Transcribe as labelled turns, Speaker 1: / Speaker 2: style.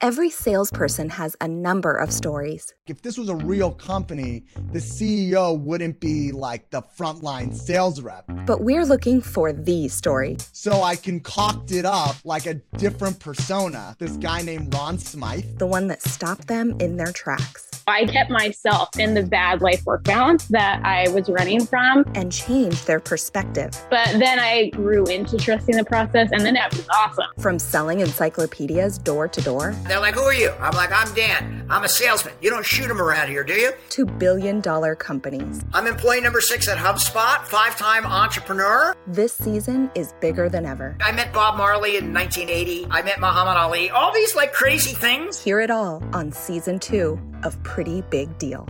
Speaker 1: Every salesperson has a number of stories.
Speaker 2: If this was a real company, the CEO wouldn't be like the frontline sales rep.
Speaker 1: But we're looking for the story.
Speaker 2: So I concocted up like a different persona. This guy named Ron Smythe.
Speaker 1: The one that stopped them in their tracks.
Speaker 3: I kept myself in the bad life work balance that I was running from
Speaker 1: and changed their perspective.
Speaker 3: But then I grew into trusting the process, and then that was awesome.
Speaker 1: From selling encyclopedias door to door.
Speaker 4: They're like, Who are you? I'm like, I'm Dan. I'm a salesman. You don't shoot them around here, do you?
Speaker 1: To billion dollar companies.
Speaker 4: I'm employee number six at HubSpot, five time entrepreneur.
Speaker 1: This season is bigger than ever.
Speaker 4: I met Bob Marley in 1980. I met Muhammad Ali. All these like crazy things.
Speaker 1: Hear it all on season two of Pretty Big Deal.